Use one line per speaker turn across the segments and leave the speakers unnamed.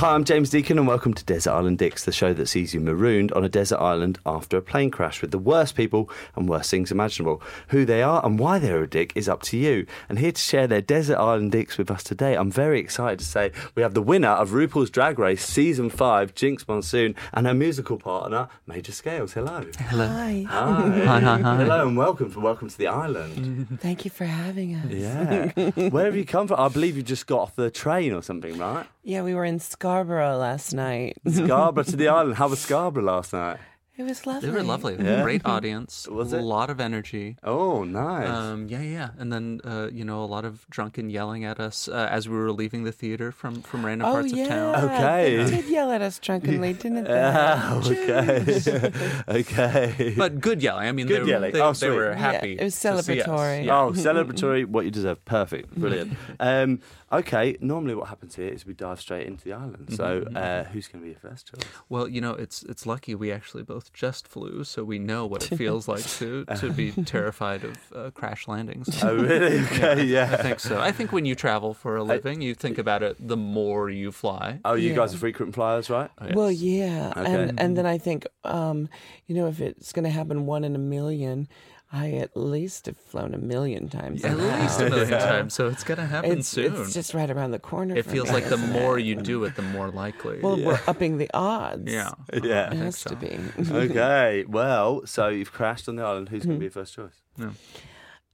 Hi, I'm James Deacon, and welcome to Desert Island Dicks, the show that sees you marooned on a desert island after a plane crash with the worst people and worst things imaginable. Who they are and why they're a dick is up to you. And here to share their Desert Island Dicks with us today, I'm very excited to say we have the winner of RuPaul's Drag Race Season 5, Jinx Monsoon, and her musical partner, Major Scales. Hello.
Hi.
Hi.
Hi, hi, hi.
Hello, and welcome to, welcome to the island.
Thank you for having us. Yeah.
Yeah. Where have you come from? I believe you just got off the train or something, right?
we were in Scarborough last night.
Scarborough to the island. How was Scarborough last night?
It was lovely.
They were lovely.
Yeah.
Great audience.
Was
a
it?
lot of energy.
Oh, nice.
Um, yeah, yeah. And then, uh, you know, a lot of drunken yelling at us uh, as we were leaving the theater from, from random
Oh
parts
yeah.
of town.
Okay.
They did yell at us drunkenly, didn't they?
Ah, okay. okay.
But good yelling. I mean,
Good
they, were-
yelling.
They,
Oh, sweet.
they were
Yeah,
happy.
it was
to see us.
celebratory.
Yeah.
Oh, celebratory, what you deserve. Perfect. Brilliant. um, okay, normally what happens here is we dive straight into the island. So,
Mm-hmm.
uh, who's going to be your first choice?
Well, you know, it's it's lucky we actually both just flew, so we know what it feels like to to be terrified of uh, crash landings.
Oh, really? Okay, yeah.
I think so. I think when you travel for a living, you think about it the more you fly.
Oh, you
Yeah.
guys are frequent flyers, right?
Well, yeah,
Okay.
and and then I think, um, you know, if it's going to happen one in a million, I at least have flown a million times.
At
now.
least a million times, so it's gonna happen
It's,
soon.
it's just right around the corner.
It
for
feels
me,
like the
isn't
more
it?
you do it, the more likely.
Well, we're upping the odds.
yeah.
Yeah.
it has to be.
okay, well, so you've crashed on the island. Who's
Hmm.
going to be your first choice?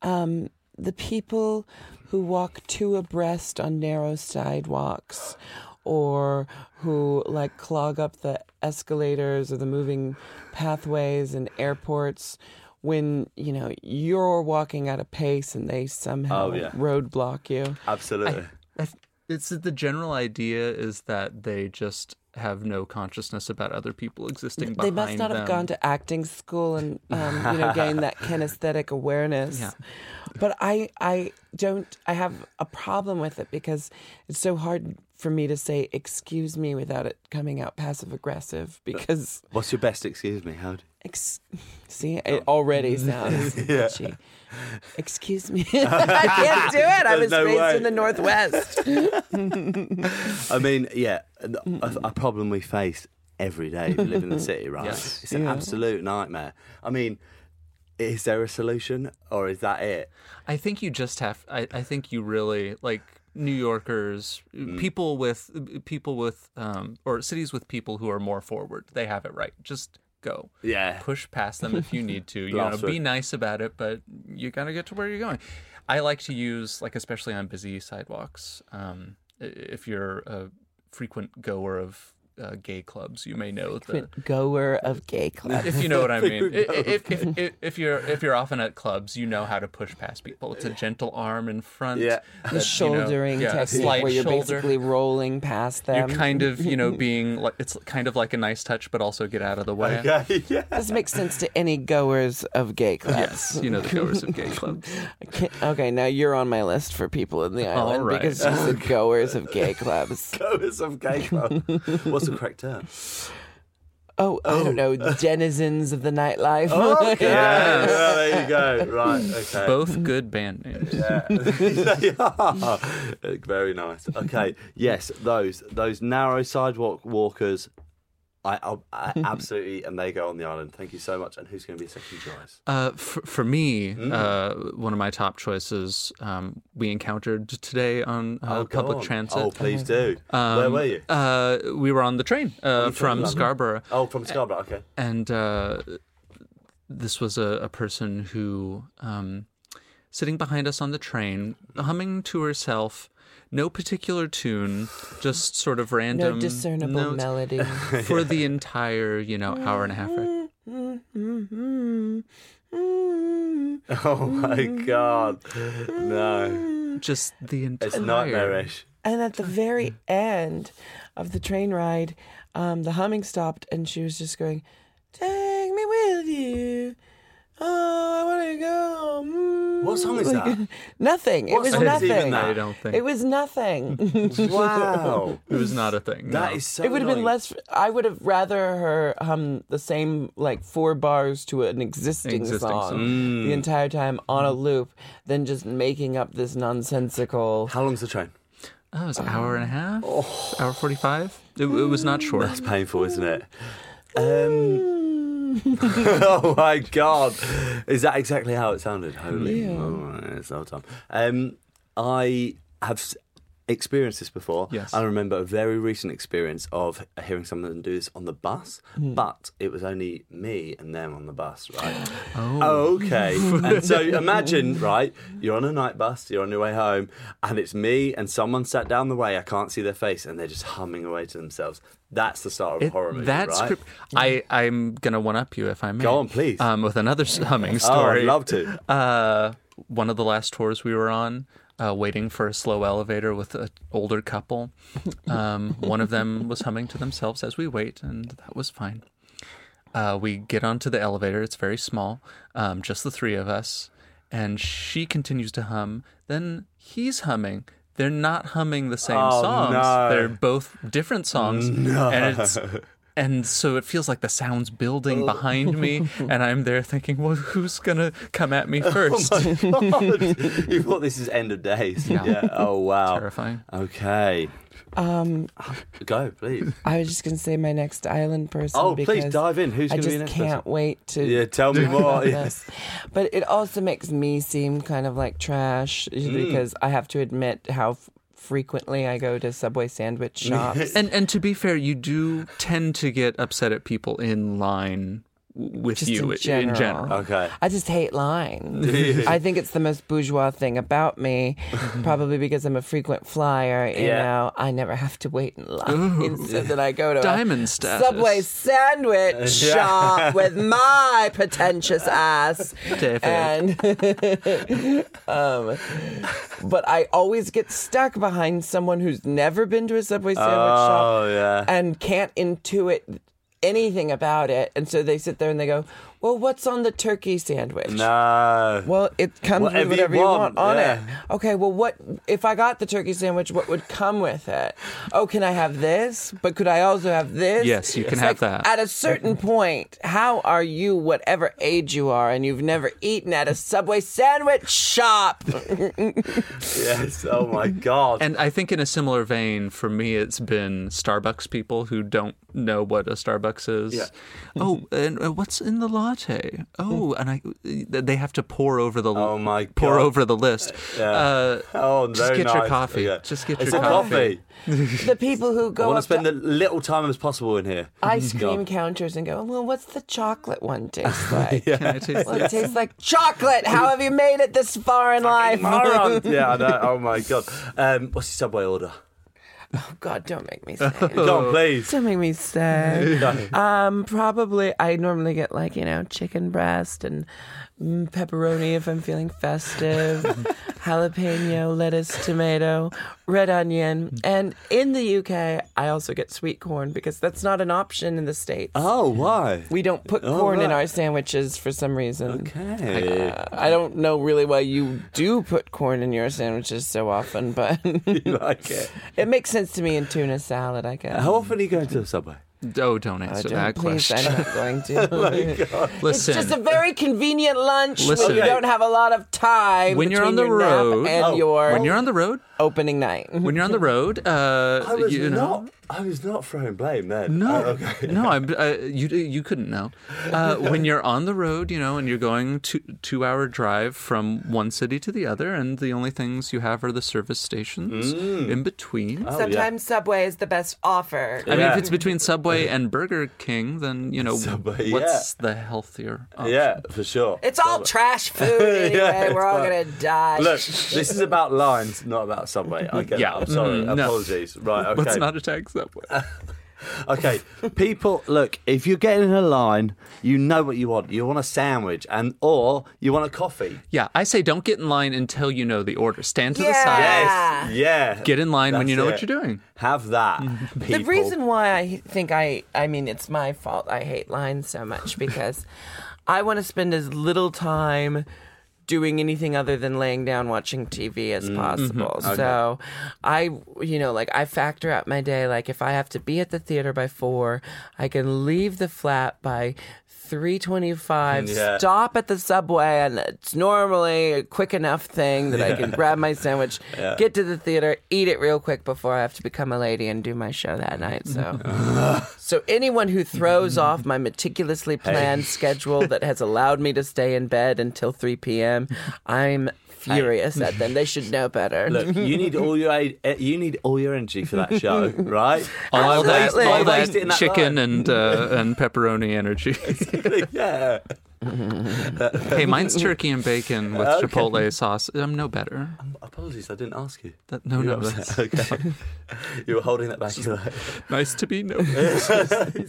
um, the people who walk two abreast on narrow sidewalks or who like clog up the escalators or the moving pathways in airports when you know you're walking at a pace and they somehow
Oh, yeah.
roadblock you
Absolutely.
I th- It's the general idea is that they just have no consciousness about other people existing
they
behind
must not have
them.
gone to acting school and um, you know gain that kinesthetic awareness.
Yeah.
But I I don't I have a problem with it because it's so hard for me to say excuse me without it coming out passive aggressive because
What's your best? Excuse me. How do
ex- see it already sounds
Yeah.
itchy. Excuse me, I can't do it. I
There's
was
no
raised
way.
in the Northwest.
I mean, yeah, a,
Mm.
a problem we face every day if you live in the city, right?
Yes.
It's an absolute nightmare. I mean, is there a solution or is that it?
I think you just have. I, I think you really like New Yorkers,
Mm.
people with people with um, or cities with people who are more forward. They have it right. Just go.
Yeah.
Push past them if you need to. You know,
Last
be
week.
nice about it, but you gotta get to where you're going. I like to use like especially on busy sidewalks. Um, i- if you're a frequent goer of uh, gay clubs, you may know the
Goer of gay club.
if you know what I mean. I- i- If, if, if, if you're if you're often at clubs, you know how to push past people. It's a gentle arm in front.
Yeah.
that, you
The
know,
shouldering
yeah, a
technique
slight
where you're
shoulder.
basically rolling past them.
You're kind of you know being like it's kind of like a nice touch, but also get out of the way.
Yeah, yeah.
This makes sense to any goers of gay clubs.
Yes, you know the goers of gay clubs.
Okay, okay, now you're on my list for people in the island
right.
because you said goers of gay clubs.
Go with some gay club. What's the correct term?
Oh, I don't know, denizens of the nightlife.
Oh,
Okay.
Yes.
Well, there you go. Right. Okay.
Both good band names.
They are. Very nice. Okay. Yes, those those narrow sidewalk walkers. I, I, I absolutely, and they go on the island. Thank you so much. And who's going to be second choice?
Uh, for, for me,
Mm.
uh, one of my top choices um, we encountered today on uh,
Oh, go
public
on.
transit.
Oh, please do. Where
Um,
were you?
Uh, we were on the train uh,
from
from
London?
Scarborough.
Oh, from Scarborough. Okay.
and uh, this was a, a person who um, sitting behind us on the train humming to herself No particular tune, just sort of random
no discernible
notes
melody.
for the entire, you know, hour and a half.
Mm-hmm.
Right?
Mm-hmm,
Oh my god. No.
Just the entire.
It's nightmarish.
And at the very end of the train ride, um, the humming stopped, and she was just going, "Take me with you." Oh, I want to go. Mm."
What song is
Like,
that?
nothing.
What
it was
song is
nothing.
even that?
I don't think
It was nothing.
Wow.
it was not a thing.
That
no.
is so
it would have been
annoying.
less. I would have rather her hum the same like four bars to an existing,
Existing
song,
song.
Mm.
the entire time on a loop than just making up this nonsensical.
How long's the train?
Oh, it was an hour and a half, hour forty-five. It, it was not short.
Oh. That's painful, isn't it? Um, oh my god, is that exactly how it sounded? Holy, moly, it's the whole time. Um, I have s- experienced this before.
Yes.
I remember a very recent experience of hearing someone do this on the bus,
Hmm.
but it was only me and them on the bus, right? Oh, okay. and so imagine, right, you're on a night bus, you're on your way home, and it's me and someone sat down the way, I can't see their face, and they're just humming away to themselves. That's the start of a
It-
horror movie,
that
right?
script. I I'm gonna one up you if I may.
Go on, please.
Um, with another s- humming
oh,
story.
I'd love to.
Uh, one of the last tours we were on, uh, waiting for a slow elevator with an older couple. Um, one of them was humming to themselves as we wait, and that was fine. Uh, we get onto the elevator. It's very small, um, just the three of us. And she continues to hum. Then he's humming. They're not humming the same
Oh,
songs.
no.
They're both different songs. And it's and so it feels like the sound's building behind me, and I'm there thinking, well, who's gonna come at
Oh
me first?
you thought this is end of days. Yeah. Oh, wow.
Terrifying.
Okay.
Um,
Go, please.
I was just gonna say my next island person.
Oh, please
because
dive in. Who's
I
gonna be
just
next
can't wait to.
Yeah, tell me
talk about
more. Yeah.
this. But it also makes me seem kind of like trash
Mm.
because I have to admit how f- frequently I go to Subway sandwich shops.
And and to be fair, you do tend to get upset at people in line w- with
Just
you
in general.
Okay.
I just hate lines. I think it's the most bourgeois thing about me, probably because I'm a frequent flyer. You
Yeah.
know, I never have to wait in line, so that I go to a
Diamond status.
Subway sandwich
Yeah.
shop with my pretentious ass.
David.
And um, but I always get stuck behind someone who's never been to a Subway sandwich shop
Oh, yeah.
and can't intuit anything about it, and so they sit there and they go, "Well, what's on the turkey sandwich?"
No.
Well, it comes
Whatever you
with whatever you want,
want,
on
yeah.
it. Okay, well, what if I got the turkey sandwich? What would come with it? Oh, can I have this? But could I also have this?
Yes, you can
It's
have
like,
that.
At a certain point, how are you, whatever age you are, and you've never eaten at a Subway sandwich shop?
Yes. Oh, my God.
And I think in a similar vein, for me, it's been Starbucks people who don't know what a Starbucks is.
Yeah. Mm-hmm.
Oh, and uh, what's in the latte? Oh, and I they have to pour over the
Mm. Oh my
pour
God.
over the list. Uh,
Oh,
Just
very
get your
nice.
coffee.
Okay.
Just get
It's
your
a
coffee.
the people who
I
go
want to
up to
spend as little time as possible in here. Mm-hmm.
ice cream
God.
counters and go, "Well, what's the chocolate one taste like?"
can I taste
Well, it tastes like chocolate. How have you made it this far in life?
Moron. yeah, I know. Oh my god. Um, what's your subway order?
Oh, God, don't make me say it.
Uh,
Go on, please.
Don't make me sad. um, probably I normally get like you know chicken breast and mm, pepperoni if I'm feeling festive, jalapeno, lettuce, tomato, red onion, and in the UK I also get sweet corn because that's not an option in the states.
Oh, why?
We don't put
Oh,
corn in
right.
our sandwiches for some reason. Uh,
Okay.
I don't know really why you do put corn in your sandwiches so often, but
you like it?
it makes sense to me in tuna salad, I guess.
How often are you going to the subway?
Oh, don't answer that
Uh, please,
question. Oh
I'm not going to. It's
Listen,
just a very convenient lunch
Listen.
when you
Okay.
don't have a lot of time.
When you're on
between
the
your nap
road-
and
Oh.
your
when you're on the road,
opening night,
when you're on the road, uh,
I was
you know.
not. I was not throwing blame then.
No,
Oh, okay.
no, I'm, uh, you you couldn't know. Uh, when you're on the road, you know, and you're going two two hour drive from one city to the other, and the only things you have are the service stations in between.
yeah.
Oh,
sometimes Subway is the best offer.
I mean,
Oh, Yeah.
if it's between Subway Subway and Burger King, then you know
Subway,
what's the healthier? option?
Yeah, for sure.
It's all trash food anyway.
Yeah,
We're all
it's
gonna die.
Look, this is about lines, not about Subway. I get
Yeah,
that. I'm sorry.
mm, no.
Apologies. Right, okay. Uh.
Let's not attack Subway.
Okay, people, look, if you're getting in a line, you know what you want. You want a sandwich and or you want a coffee.
yeah, I say don't get in line until you know the order. Stand to the
Yeah.
side.
Yes. Ah.
Yeah.
Get in line when
That's
you know
it.
what you're doing. Mm.
Have that. People.
The
It's
reason why I think I I mean it's my fault I hate lines so much because I want to spend as little time doing anything other than laying down watching TV as possible. So I you know like I factor out my day like if I have to be at the theater by 4, I can leave the flat by 325
Yeah.
stop at the subway and it's normally a quick enough thing that I can grab my sandwich, get to the theater, eat it real quick before I have to become a lady and do my show that night. So so anyone who throws off my meticulously planned schedule that has allowed me to stay in bed until 3 p.m., I'm furious at them. They should know better.
Look, you need all your aid, eh, you need all your energy for that show, right?
All that,
Absolutely.
all
Don't
that
waste it in that
chicken
line.
and uh, and pepperoni energy.
yeah.
hey, mine's turkey and bacon with chipotle sauce. I'm no better.
Apologies, I didn't ask you.
That- no,
You were
no,
upset. Okay. you were holding that back. You were like-
Nice to be no.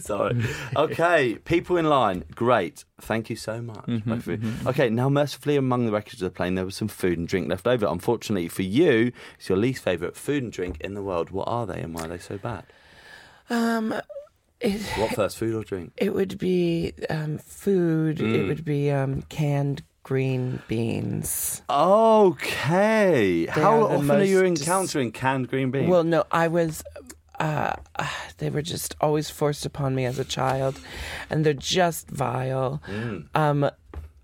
Sorry. Okay, people in line. Great. Thank you so much.
Mm-hmm,
both of you. Okay, now mercifully among the wreckage of the plane, there was some food and drink left over. Unfortunately for you, it's your least favourite food and drink in the world. What are they and why are they so bad? Um, what first, food or drink?
It would be um, food,
Mm.
it would be um, canned green beans.
Okay. How
are the
often are you
most dis-
encountering canned green beans?
Well, no, I was. Uh, uh, they were just always forced upon me as a child, and they're just vile.
Mm.
Um,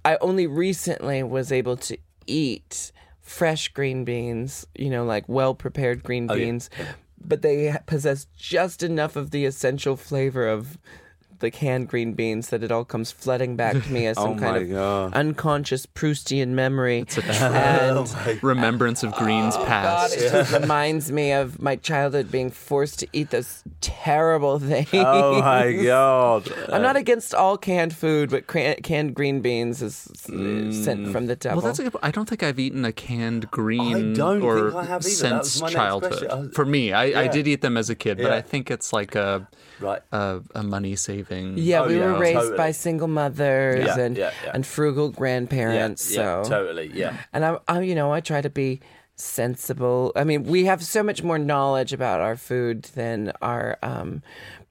I only recently was able to eat fresh green beans, you know, like well prepared green
Oh, yeah.
beans, but they ha- possess just enough of the essential flavor of the canned green beans that it all comes flooding back to me as
Oh
some kind
my
of
God.
unconscious Proustian memory. It's a
Oh my
Remembrance of Green's
Oh,
God,
past.
it just reminds me of my childhood being forced to eat those terrible things.
Oh uh, my god!
I'm not against all canned food, but cran- canned green beans is uh,
Mm,
sent from the devil.
Well, that's a good. I don't think I've eaten a canned
I
green
don't
or
think I have either. That was
since
my next
childhood.
question. I was-
For me, I, I
Yeah.
did eat them as a kid, but
Yeah.
I think it's like a
Right.
a, a money saving.
yeah,
Oh,
we were
yeah,
raised
totally.
by single mothers
Yeah,
and
yeah, yeah.
and frugal
Yeah,
grandparents.
yeah,
so,
totally. Yeah.
and I, I, you know, I try to be sensible. I mean, we have so much more knowledge about our food than our um,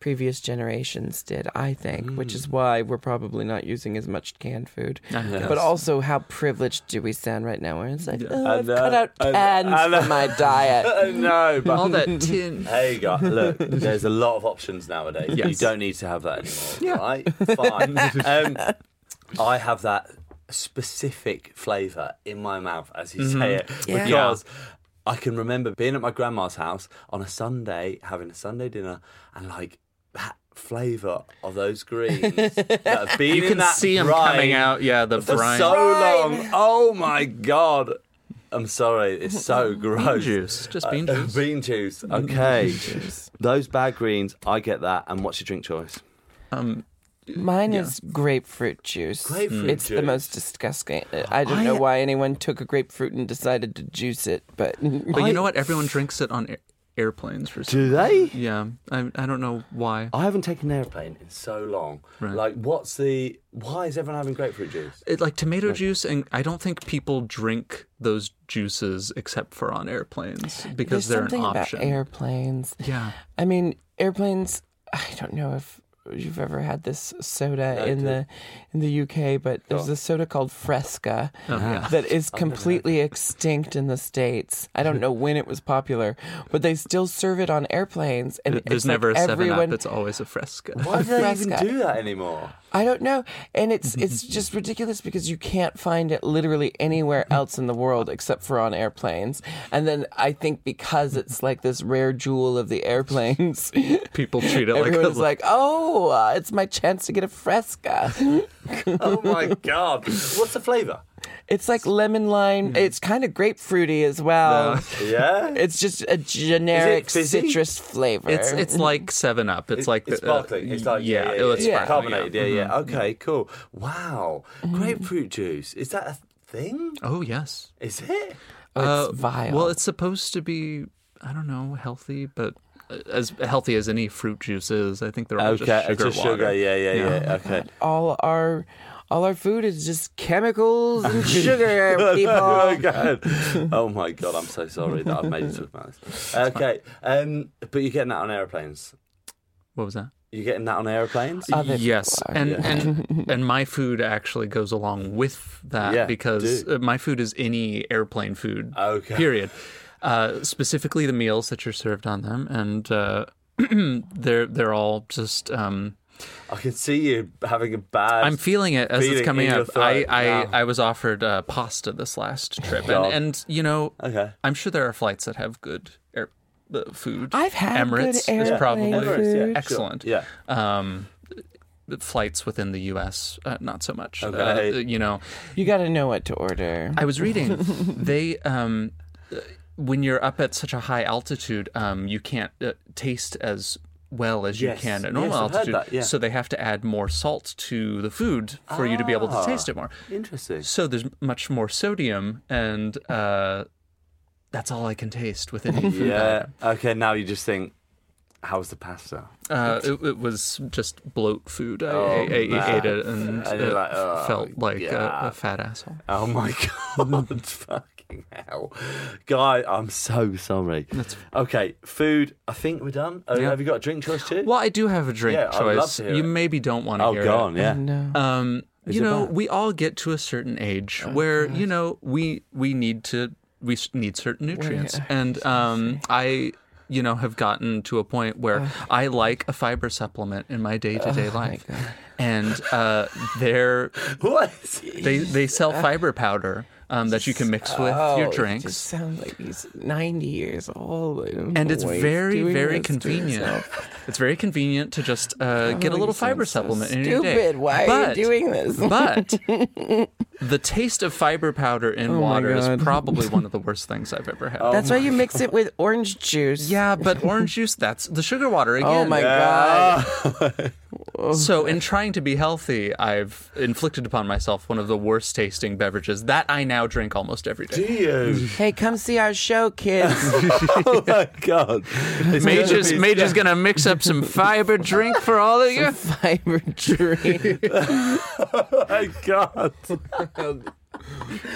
previous generations did, I think, which
Mm.
is why we're probably not using as much canned food. But also, how privileged do we sound right now? Where it's like, oh,
I
I've
know,
cut out
I know,
cans
I know."
from my diet.
Uh, no, but
all that tin.
There you go. Look, there's a lot of options nowadays. You
Yes.
don't need to have that anymore. Right? Fine. Um, I have that specific flavour in my mouth as
Mm-hmm.
you say it
Yeah.
because I can remember being at my grandma's house on a Sunday, having a Sunday dinner, and like that flavour of those greens that have been
You
in
can
that
see them
brine
coming out. Yeah, the
for
brine.
so
Brine.
long. Oh my god. I'm sorry, it's so gross.
juice, just bean
Uh,
juice.
bean juice. Okay. Those bad greens, I get that. And what's your drink choice?
Um,
Mine is grapefruit juice.
Grapefruit
it's the
juice.
most disgusting. I don't know why anyone took a grapefruit and decided to juice it, but
But you know what? Everyone drinks it on air- airplanes for some.
Do they?
Yeah, I I don't know why.
I haven't taken an airplane in so long. Like, what's the. Why is everyone having grapefruit juice?
It, like tomato juice, and I don't think people drink those juices except for on airplanes because
There's
they're
something
an option.
about airplanes.
yeah,
I mean, airplanes. I don't know if you've ever had this soda
I
in
do.
the in the UK, but there's
Sure.
a soda called Fresca
yeah.
that is completely extinct in the states. I don't know when it was popular, but they still serve it on airplanes. And
there's
it's like
never a seven
everyone,
up. It's always a fresca.
Why do they even
Fresca.
do that anymore?
I don't know, and it's it's just ridiculous because you can't find it literally anywhere else in the world except for on airplanes. And then I think because it's like this rare jewel of the airplanes,
People treat it like a
Everyone's like, oh, uh, it's my chance to get a fresca.
Oh my God. What's the flavour?
It's like lemon
Hmm.
lime. It's kind of grapefruity as well.
Yeah.
It's just a generic
fizzy?
citrus flavor.
It's it's like Seven Up. It's like
it's
the, uh,
sparkling. It's like
yeah,
yeah, yeah,
it's
yeah,
sparkling,
carbonated.
yeah. Mm-hmm.
Yeah, yeah. Okay, cool. Wow, grapefruit juice. Is that a thing?
Oh yes,
Is it?
Oh, it's vile.
uh, Well, it's supposed to be I don't know healthy, but uh, as healthy as any fruit juice is. I think they're all just sugar
just
water.
sugar. Yeah, yeah, yeah. Okay.
all our all our food is just chemicals and sugar, people.
Oh god! Oh my god! I'm so sorry that I've made you talk about this. Okay, um, but you're getting that on airplanes.
What was that?
You're getting that on airplanes.
Uh,
Other
yes,
people are.
and and and my food actually goes along with that
Yeah,
because
do.
uh, my food is any airplane food.
Okay.
Period. Uh, specifically, the meals that you're served on them, and uh, they're they're all just. Um,
I can see you having a bad.
I'm feeling it as
feeling
it's coming
in your
up. I
throat
I,
now.
I was offered uh, pasta this last trip, and,
God.
and you know,
Okay.
I'm sure there are flights that have good air uh, food.
I've had good
Emirates is
airplane
probably
Emirates, yeah, sure.
excellent.
Yeah.
Um, flights within the U.S. Uh, not so much.
Okay.
Uh, you know,
you got to know what to order.
I was reading they um uh, when you're up at such a high altitude um you can't uh, taste as well as
Yes.
you can at
Yes,
normal
I've heard
altitude
that, yeah.
so they have to add more salt to the food for you to be able to
Ah.
taste it more
Interesting.
so there's much more sodium and uh that's all I can taste with any food.
Yeah. Okay. Now you just think, how's the pasta?
Uh, it, it was just bloat food. I, I-
Oh,
I
man.
ate it and,
And
it
you're like, "Oh,
felt like
yeah."
a, a fat asshole.
Oh my god, fucking hell. Guy, I'm so sorry. okay, food, I think we're done. Uh,
Yeah.
Have you got a drink choice too?
Well, I do have a drink
Yeah, I'd love
choice.
to hear
you
it.
maybe don't want to
Oh,
hear it.
gone, yeah.
no.
um,
Is
you
it
know,
bad? Oh,
we all get to a certain age where you know we we need to we s- need certain nutrients, and um, I you know have gotten to a point where
Oh.
I like a fiber supplement in my day to day life, and uh, they're
What?
they they sell fiber powder um, that you can mix with your
Uh, Oh, It
drinks.
just sounds like he's 90 years old.
and it's very very convenient it's very convenient to just uh, get a little
you sound
fiber
Oh, so
supplement in your day.
stupid. Why are you
But-
doing this?
but the taste of fiber powder in water is
Oh God. Oh.
probably one of the worst things i've ever had
That's why you mix it with orange juice.
yeah but orange juice that's the sugar water again
Oh my god.
so in trying to be healthy i've inflicted upon myself one of the worst tasting beverages that i now drink almost every day
Do you?
Hey, come see our show, kids.
oh my god. It's
Mage
gonna
is,
be-
Mage is gonna mix up some fiber drink for all of you.
Fiber drink.
Oh my god.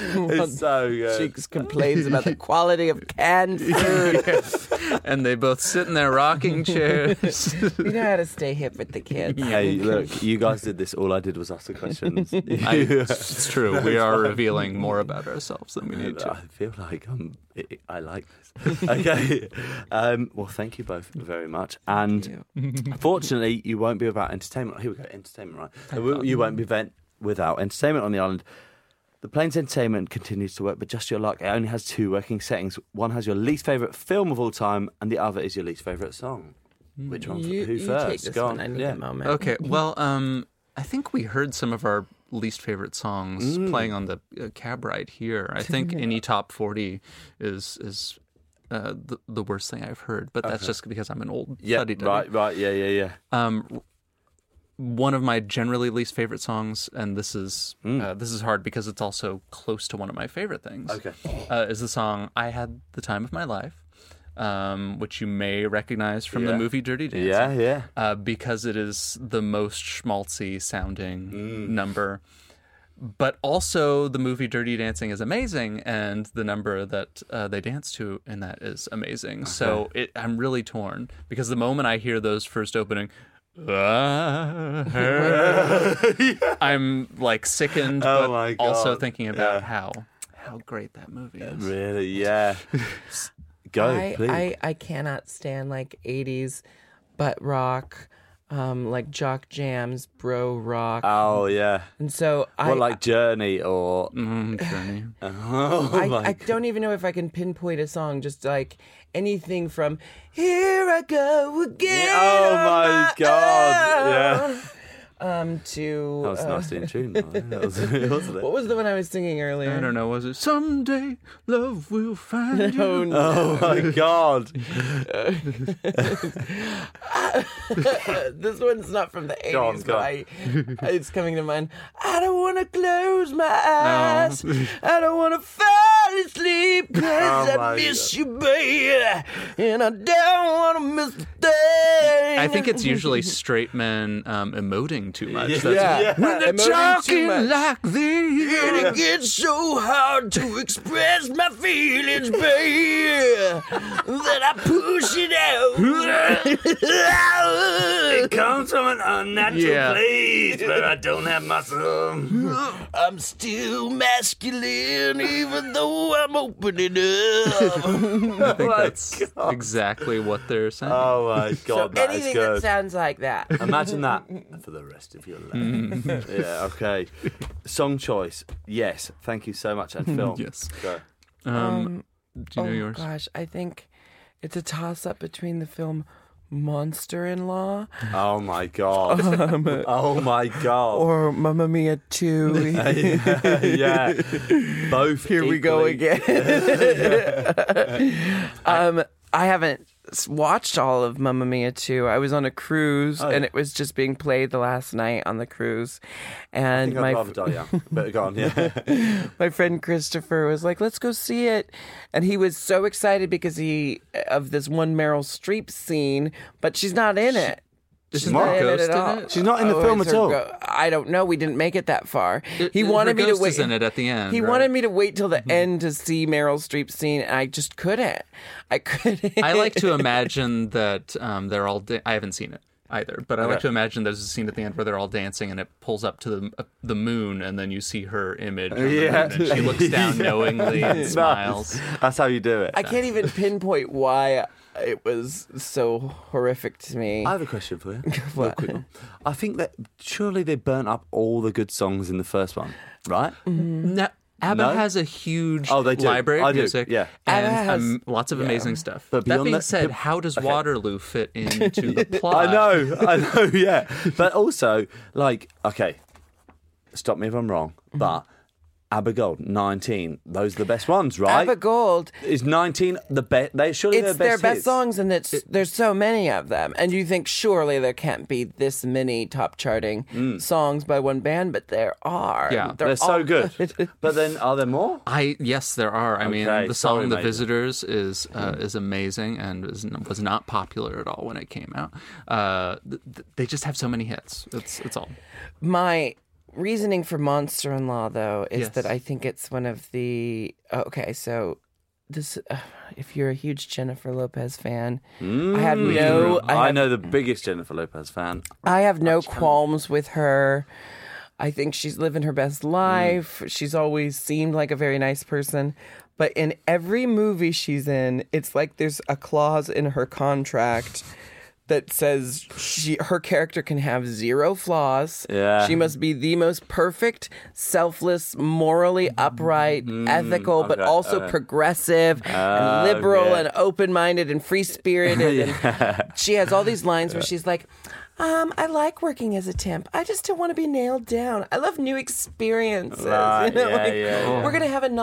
it's so good.
Cheeks complains about the quality of canned food.
And they both sit in their rocking chairs.
You know how to stay hip with the kids.
Hey, look, you guys did this. All I did was ask the questions.
I, it's true. We are revealing more about ourselves than we need
I
to.
feel like I'm, I- I like this. Okay. um, well, thank you both very much. And fortunately, you won't be without entertainment. Here we go, entertainment, right? You- you won't be vent- without entertainment on the island. The plane's entertainment continues to work, but just your luck, it only has two working settings. One has your least favourite film of all time, and the other is your least favourite song. Which one?
Mm, You,
who
you
first?
take this
Go
one.
on.
I need
yeah.
a moment.
Okay. Well, um, I think we heard some of our least favorite songs
Mm.
playing on the uh, cab ride here. I think any top forty is is. Uh, the, the worst thing I've heard, but that's just because I'm an old
Yeah,
fuddy-duddy.
right, right, yeah, yeah, yeah.
Um, one of my generally least favorite songs, and this is
Mm.
uh, this is hard because it's also close to one of my favorite things.
Okay.
uh, is the song "I Had the Time of My Life," um, which you may recognize from
Yeah.
the movie Dirty Dancing.
Yeah, yeah.
Uh, because it is the most schmaltzy sounding
Mm.
number. But also, the movie Dirty Dancing is amazing, and the number that uh, they dance to in that is amazing.
Uh-huh.
So it, I'm really torn because the moment I hear those first opening, "Ah, I'm like sickened,
Oh
but
my
also
God.
thinking about how how great that movie is.
Really, yeah. Go,
I,
Oh, please.
I, I cannot stand like 80s butt rock, um, like jock jams, bro rock.
Oh, yeah.
and so I,
Well, like Journey or
Mm, Journey.
oh
I,
my
I don't even know if I can pinpoint a song, just like anything from Here I Go Again.
Yeah, oh
on
my God,
own."
yeah.
um, to.
That was
uh,
nicely in tune. Martin. That was, wasn't it?
What was the one I was singing earlier?
I don't know. Was it someday love will find
No,
you?
no.
Oh my god!
Uh, this one's not from the 80s,
Go on, go
but
on.
I, it's coming to mind. I don't want to close my eyes. I don't want to fall asleep because
Oh
I
my
miss
God.
you, baby. And I don't want to miss the thing.
I think it's usually straight men um, emoting too much.
Yeah.
That's-
Yeah.
When they're
Emoting too
talking
much.
like this.
And it gets so hard to express my feelings, baby, that I push it out.
Comes from an unnatural
Yeah.
place, but I don't have muscle.
I'm still masculine, even though I'm opening up.
I think that's exactly what they're saying.
Oh my god, that is
Anything that
good.
sounds like that.
Imagine that for the rest of your
Mm.
life. yeah, okay. Song choice, yes. Thank you so much, and film.
yes.
Go.
Um, do you know yours?
oh, gosh, I think it's a toss up between the film Monster in Law
Oh my god. oh my god.
or Mamma Mia 2.
yeah. Both.
Here we go
equally-
again. um, I haven't s- watched all of Mamma Mia 2. I was on a cruise
Oh,
and
yeah.
it was just being played the last night on the cruise.
I
And
think I'd
my
rather die young. But go on, yeah.
my friend Christopher was like, "Let's go see it," and he was so excited because he of this one Meryl Streep scene, but she's not in it.
This is
Mark
not
not in
Ghost
it at all.
in it?
She's not in the
Oh,
film
is
at
her
all.
go- I don't know. We didn't make it that far. He
Her
wanted me to
ghost
wait.
is in it at the end.
He
right? Mm-hmm.
wanted me to wait till the end to see Meryl Streep scene, and I just couldn't. I couldn't.
I like to imagine that um, they're all. Da- I haven't seen it either, but I like to imagine there's a scene at the end where they're all dancing and it pulls up to the uh, the moon, and then you see her image. on the
Yeah.
moon, and she looks down
Yeah.
knowingly and
Nice.
smiles.
That's how you do it.
I can't even pinpoint why it was so horrific to me.
I have a question for you. Real quick one. I think that surely they burnt up all the good songs in the first one, right?
No, ABBA
No?
has a huge
Oh, they do.
library
I
of
do,
music,
yeah.
and
ABBA has-
um, lots of amazing stuff.
But
that
beyond
being
that-
said,
but-
how does Waterloo fit into the plot?
I know, I know, yeah. But also, like, okay, stop me if I'm wrong, but ABBA Gold, 19, those are the best ones, right?
Abba Gold.
Is 19 the best? They surely
it's
best
their best
hits.
songs and it's there's so many of them and you think surely there can't be this many top charting songs by one band but there are
Yeah,
They're
Mm. They're
all
so good. but then, are there more?
I yes, there are. I mean,
Okay,
the song
sorry,
"The
mate. Hmm.
Visitors" is uh, is amazing and is, was not popular at all when it came out. Uh, th- th- they just have so many hits. It's it's all.
my reasoning for monster in law though is
Yes.
that i think it's one of the oh, okay so this uh, if you're a huge jennifer lopez fan i have no i,
Mm, I,
have,
know the biggest Jennifer Lopez fan.
I have no qualms with her I think she's living her best
Mm.
life. She's always seemed like a very nice person. But in every movie she's in, it's like there's a clause in her contract that says she her character can have zero flaws.
Yeah.
She must be the most perfect, selfless, morally upright, ethical, but
Mm-hmm. okay, Uh,
also progressive and liberal
yeah.
and open-minded and free-spirited and she has all these lines where she's like um, I like working as a temp. I just don't want to be nailed down. I love new experiences. you
Right,
know,
yeah,
like,
yeah, yeah.
We're gonna have a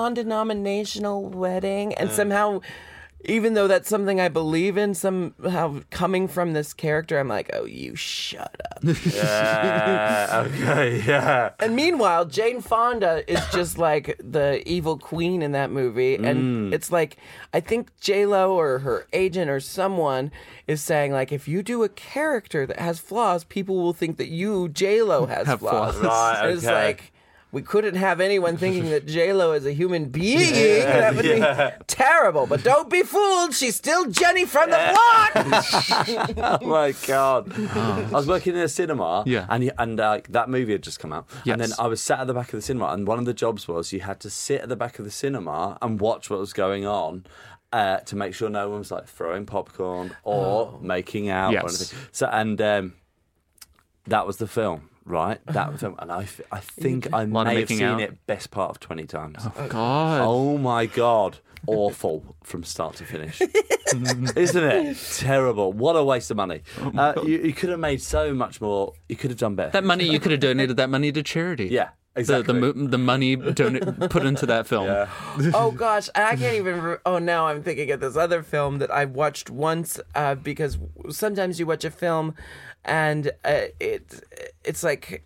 non-denominational wedding, and somehow, even though that's something I believe in, somehow coming from this character, I'm like, oh, you shut up.
Yeah, okay, yeah.
and meanwhile, Jane Fonda is just like the evil queen in that movie, and it's like I think J Lo or her agent or someone is saying like, if you do a character that has flaws, people will think that you J Lo has
Have
flaws.
flaws.
Right,
And It's
okay.
like. We couldn't have anyone thinking that J Lo is a human being. that would be terrible. But don't be fooled; she's still Jenny from the block.
Oh my god! I was working in a cinema,
Yeah.
and you- and like that movie had just come out, and then
Yes.
I was sat at the back of the cinema, and one of the jobs was you had to sit at the back of the cinema and watch what was going on. Uh, to make sure no one was like throwing popcorn or making out or
Oh. Yes.
anything. So and um, that was the film. right? That was, and I, f- I think I
Lot of
may have
making
seen
out.
it best part of twenty times.
Uh,
Oh, God.
Oh my god, awful from start to finish, isn't it? Terrible. What a waste of money.
Oh
Uh, you, you could have made so much more. You could have done better.
That money you could have donated that money to charity.
yeah,
The, the,
exactly.
mo- the money don- put into that film.
oh gosh, and I can't even. Re- oh, now I'm thinking of this other film that I watched once uh, because sometimes you watch a film, and uh, it it's like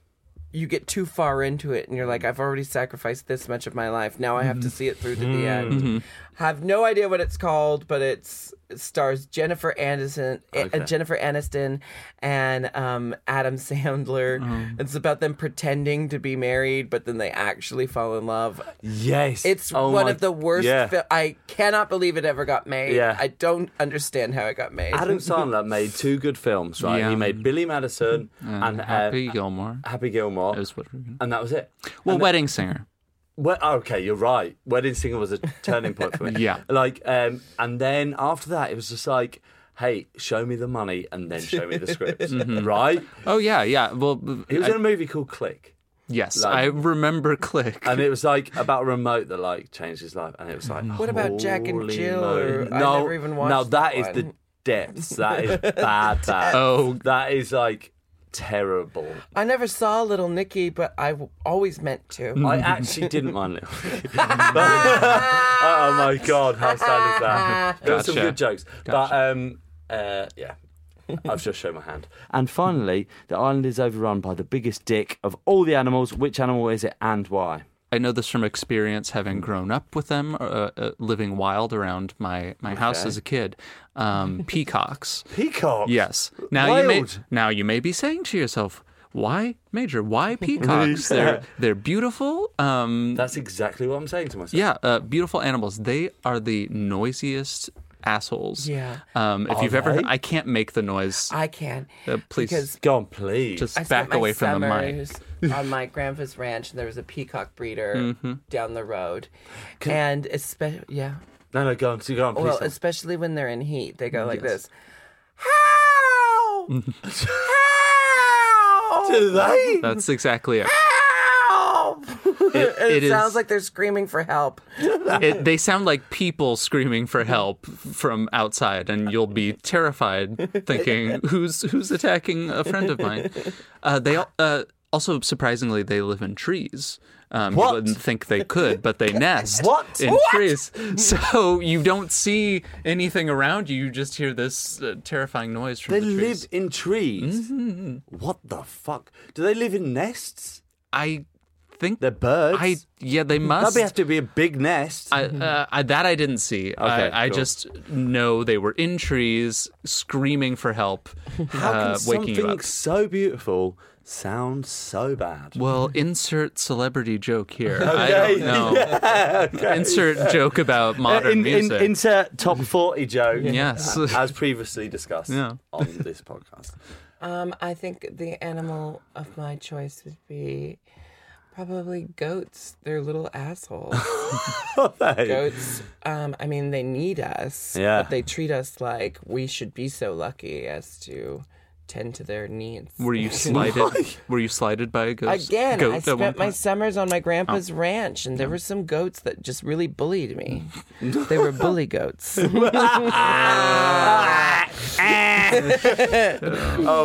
you get too far into it, and you're like, I've already sacrificed this much of my life. Now I have to see it through to the end. Have no idea what it's called, but it's it stars Jennifer Anderson, uh, Jennifer Aniston, and um, Adam Sandler. It's about them pretending to be married, but then they actually fall in love.
yes,
It's
one
Oh
one of the worst.
Yeah.
fil- I cannot believe it ever got made.
Yeah.
I don't understand how it got made.
Adam Sandler made two good films, right?
Yeah.
He made Billy Madison and
And
uh,
Happy
Happy,
Gilmore.
Gilmore,
That was what we were gonna-
and that was it.
well, Wedding Singer.
Well, okay, you're right. Wedding Singer was a turning point for me.
Yeah.
Like, um, and then after that, it was just like, hey, show me the money and then show me the scripts, right?
Oh, yeah, yeah. Well,
He was
I-
in a movie called Click,
yes,
like-
I remember Click.
and it was like about a remote that like changed his life, and it was like,
Mm.
What about Jack and
holy
Jill,
moly.
or- I
no,
never even watched
now that
that
is the
one.
depths. That is bad. bad.
Oh.
that is like terrible.
I never saw Little Nicky, but I w- always meant
Mm.
to.
I actually didn't mind it. oh my god, how sad is that? There were some
Gotcha.
good jokes, but um, uh, yeah. I've just shown my hand. And finally, the island is overrun by the biggest dick of all the animals. Which animal is it and why?
I know this from experience, having grown up with them, uh, uh, living wild around my, my house as a kid. Um, peacocks.
Peacock.
Yes. Now you may
Wild.
now you may be saying to yourself, why, Major? Why peacocks? They're they're beautiful. Um,
That's exactly what I'm saying to myself.
yeah, uh, beautiful animals. They are the noisiest assholes.
Yeah.
Um, if
Are
you've ever,
they?
heard, I can't make the noise.
I can.
Uh, please
Because
Go on, please.
just
I spent
back
my
away from the mic.
summers on my grandpa's ranch, and there was a peacock breeder
Mm-hmm.
down the road, and especially yeah,
No, no, go on. Go on, please.
well,
don't.
especially when they're in heat, they go like this. How? How?
Do they?
That's exactly it.
help! And it
it is-
sounds like they're screaming for help.
it. They sound like people screaming for help from outside, and you'll be terrified, thinking, "Who's who's attacking a friend of mine?" Uh, they al- uh, also surprisingly they live in trees. Um,
What?
You wouldn't think they could, but they nest
What?
in
What?
trees. So you don't see anything around you. You just hear this uh, terrifying noise from
They
the trees. Mm-hmm.
live in trees. What the fuck? Do they live in nests?
I think
They're birds.
I yeah they must.
That'd have to be a big nest.
I, uh, I, that I didn't see.
Mm-hmm. Okay,
I, I
cool.
just know they were in trees screaming for help,
How can
uh, waking you
something
up.
so beautiful sound so bad?
Well, insert celebrity joke here. I don't know. Insert joke about modern music.
Uh, insert top 40 joke.
Yes.
As previously discussed
Yeah.
on this podcast.
Um, I think the animal of my choice would be probably goats. They're little assholes.
Oh,
goats. Um, I mean, they need us,
Yeah.
but they treat us like we should be so lucky as to tend to their needs.
were you slighted? were you slighted by a ghost?
Again,
goat
I
at one Oh.
spent my
point?
summers on my grandpa's ranch, and there were some goats that just really bullied me. they were bully goats.
oh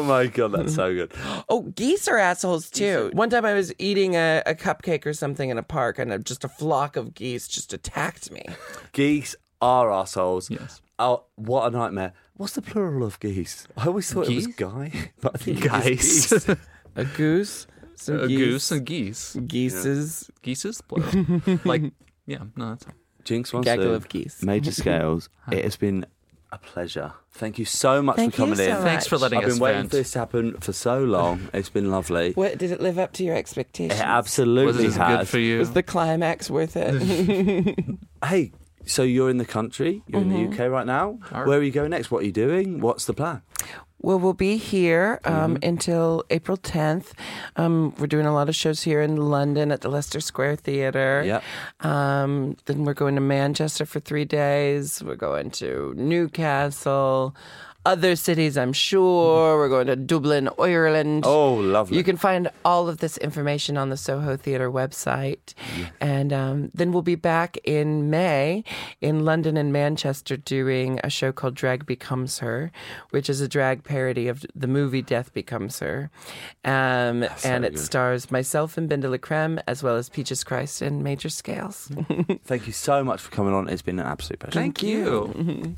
my god, that's so good.
Oh, geese are assholes too. One time I was eating a, a cupcake or something in a park, and a, just a flock of geese just attacked me.
Geese are assholes.
Yes.
Oh, what a nightmare. What's the plural of geese? I always thought it was
Geese?
guy, but I think it is
Geese.
geese.
A goose, some
a
geese,
goose and geese.
geese's
Geese is plural. like, yeah, no, that's
Jinx wants
gaggle
to-
of geese.
Major Scales, it has been a pleasure. Thank you so much
Thank
for
you
coming
so
in.
Thanks for
much.
letting
I've
us
been waiting
vent.
for this to happen for so long. It's been lovely.
What did it live up to your
It
expectations?
Was
absolutely
this good
has.
for you?
Was the climax worth it?
Hey, so you're in the country. You're in
Mm-hmm.
the UK right now. Where are you going next? What are you doing? What's the plan?
well, we'll be here um, until April 10th. Um, we're doing a lot of shows here in London at the Leicester Square Theatre.
Yep.
Um, then we're going to Manchester for three days. We're going to Newcastle. other cities, I'm sure. We're going to Dublin, Ireland.
Oh, lovely.
You can find all of this information on the Soho Theatre website. And um, then we'll be back in May in London and Manchester doing a show called Drag Becomes Her, which is a drag parody of the movie Death Becomes Her. Um, and it stars myself and Binda Lecreme, as well as Peaches Christ and Major Scales.
Thank you so much for coming on. It's been an absolute pleasure.
Thank you.